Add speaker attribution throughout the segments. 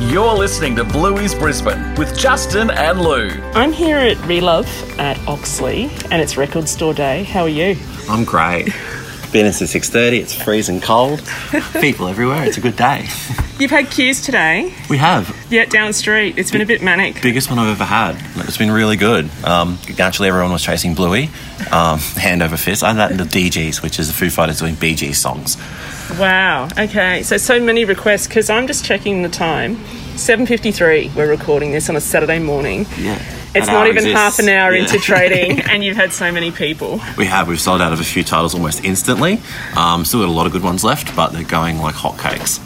Speaker 1: You're listening to Bluey's Brisbane with Justin and Lou.
Speaker 2: I'm here at Relove at Oxley, and it's Record Store Day. How are you?
Speaker 3: I'm great. Been in since six thirty. It's freezing cold. People everywhere. It's a good day.
Speaker 2: You've had queues today.
Speaker 3: We have
Speaker 2: Yeah, down the street. It's been a bit manic.
Speaker 3: biggest one I've ever had. It's been really good. Um, naturally, everyone was chasing Bluey, um, hand over fist. I that and the DGs, which is the Foo Fighters doing BG songs.
Speaker 2: Wow. Okay. So so many requests because I'm just checking the time. 7:53. We're recording this on a Saturday morning.
Speaker 3: Yeah,
Speaker 2: It's
Speaker 3: That
Speaker 2: not
Speaker 3: hour
Speaker 2: even
Speaker 3: exists.
Speaker 2: half an hour
Speaker 3: Yeah.
Speaker 2: into trading, and you've had so many people.
Speaker 3: We have. We've sold out of a few titles almost instantly. Um, still got a lot of good ones left, but they're going like hotcakes.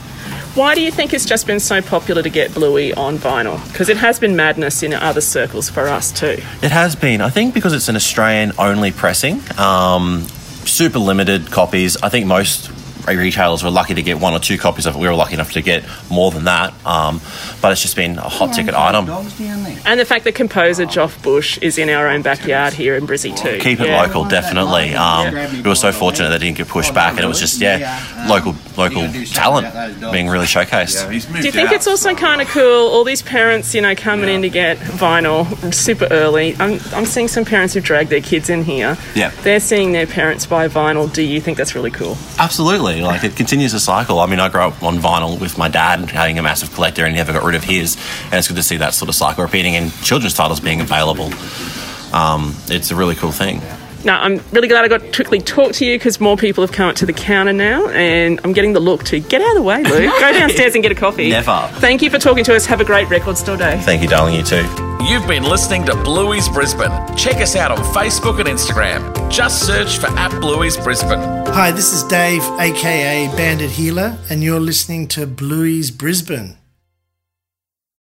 Speaker 2: Why do you think it's just been so popular to get Bluey on vinyl? Because it has been madness in other circles for us too.
Speaker 3: It has been. I think because it's an Australian only pressing, um, super limited copies. I think most retailers were lucky to get one or two copies of it. We were lucky enough to get more than that. Um, but it's just been a hot ticket item.
Speaker 2: And the fact that composer Joff Bush is in our own backyard here in Brizzy too.
Speaker 3: Keep it
Speaker 2: Yeah.
Speaker 3: local, definitely. Um, We were so fortunate they didn't get pushed back, and it was just yeah, local local talent being really showcased.
Speaker 2: Do you think it's also kind of cool? All these parents, you know, coming in to get vinyl super early. I'm, I'm seeing some parents who've dragged their kids in here.
Speaker 3: Yeah.
Speaker 2: They're seeing their parents buy vinyl. Do you think that's really cool?
Speaker 3: Absolutely, like it continues the cycle. I mean, I grew up on vinyl with my dad and having a massive collector, and he never got rid of his. And it's good to see that sort of cycle repeating and children's titles being available. Um, it's a really cool thing.
Speaker 2: No, I'm really glad I got to quickly talk to you because more people have come up to the counter now, and I'm getting the look to get out of the way, Lou. Go downstairs and get a coffee.
Speaker 3: Never.
Speaker 2: Thank you for talking to us. Have a great record store day.
Speaker 3: Thank you, darling. You too.
Speaker 1: You've been listening to Bluey's Brisbane. Check us out on Facebook and Instagram. Just search for at Bluey's Brisbane.
Speaker 4: Hi, this is Dave, aka Bandit Healer, and you're listening to Bluey's Brisbane.